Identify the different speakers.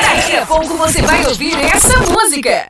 Speaker 1: daqui a pouco você vai ouvir essa música.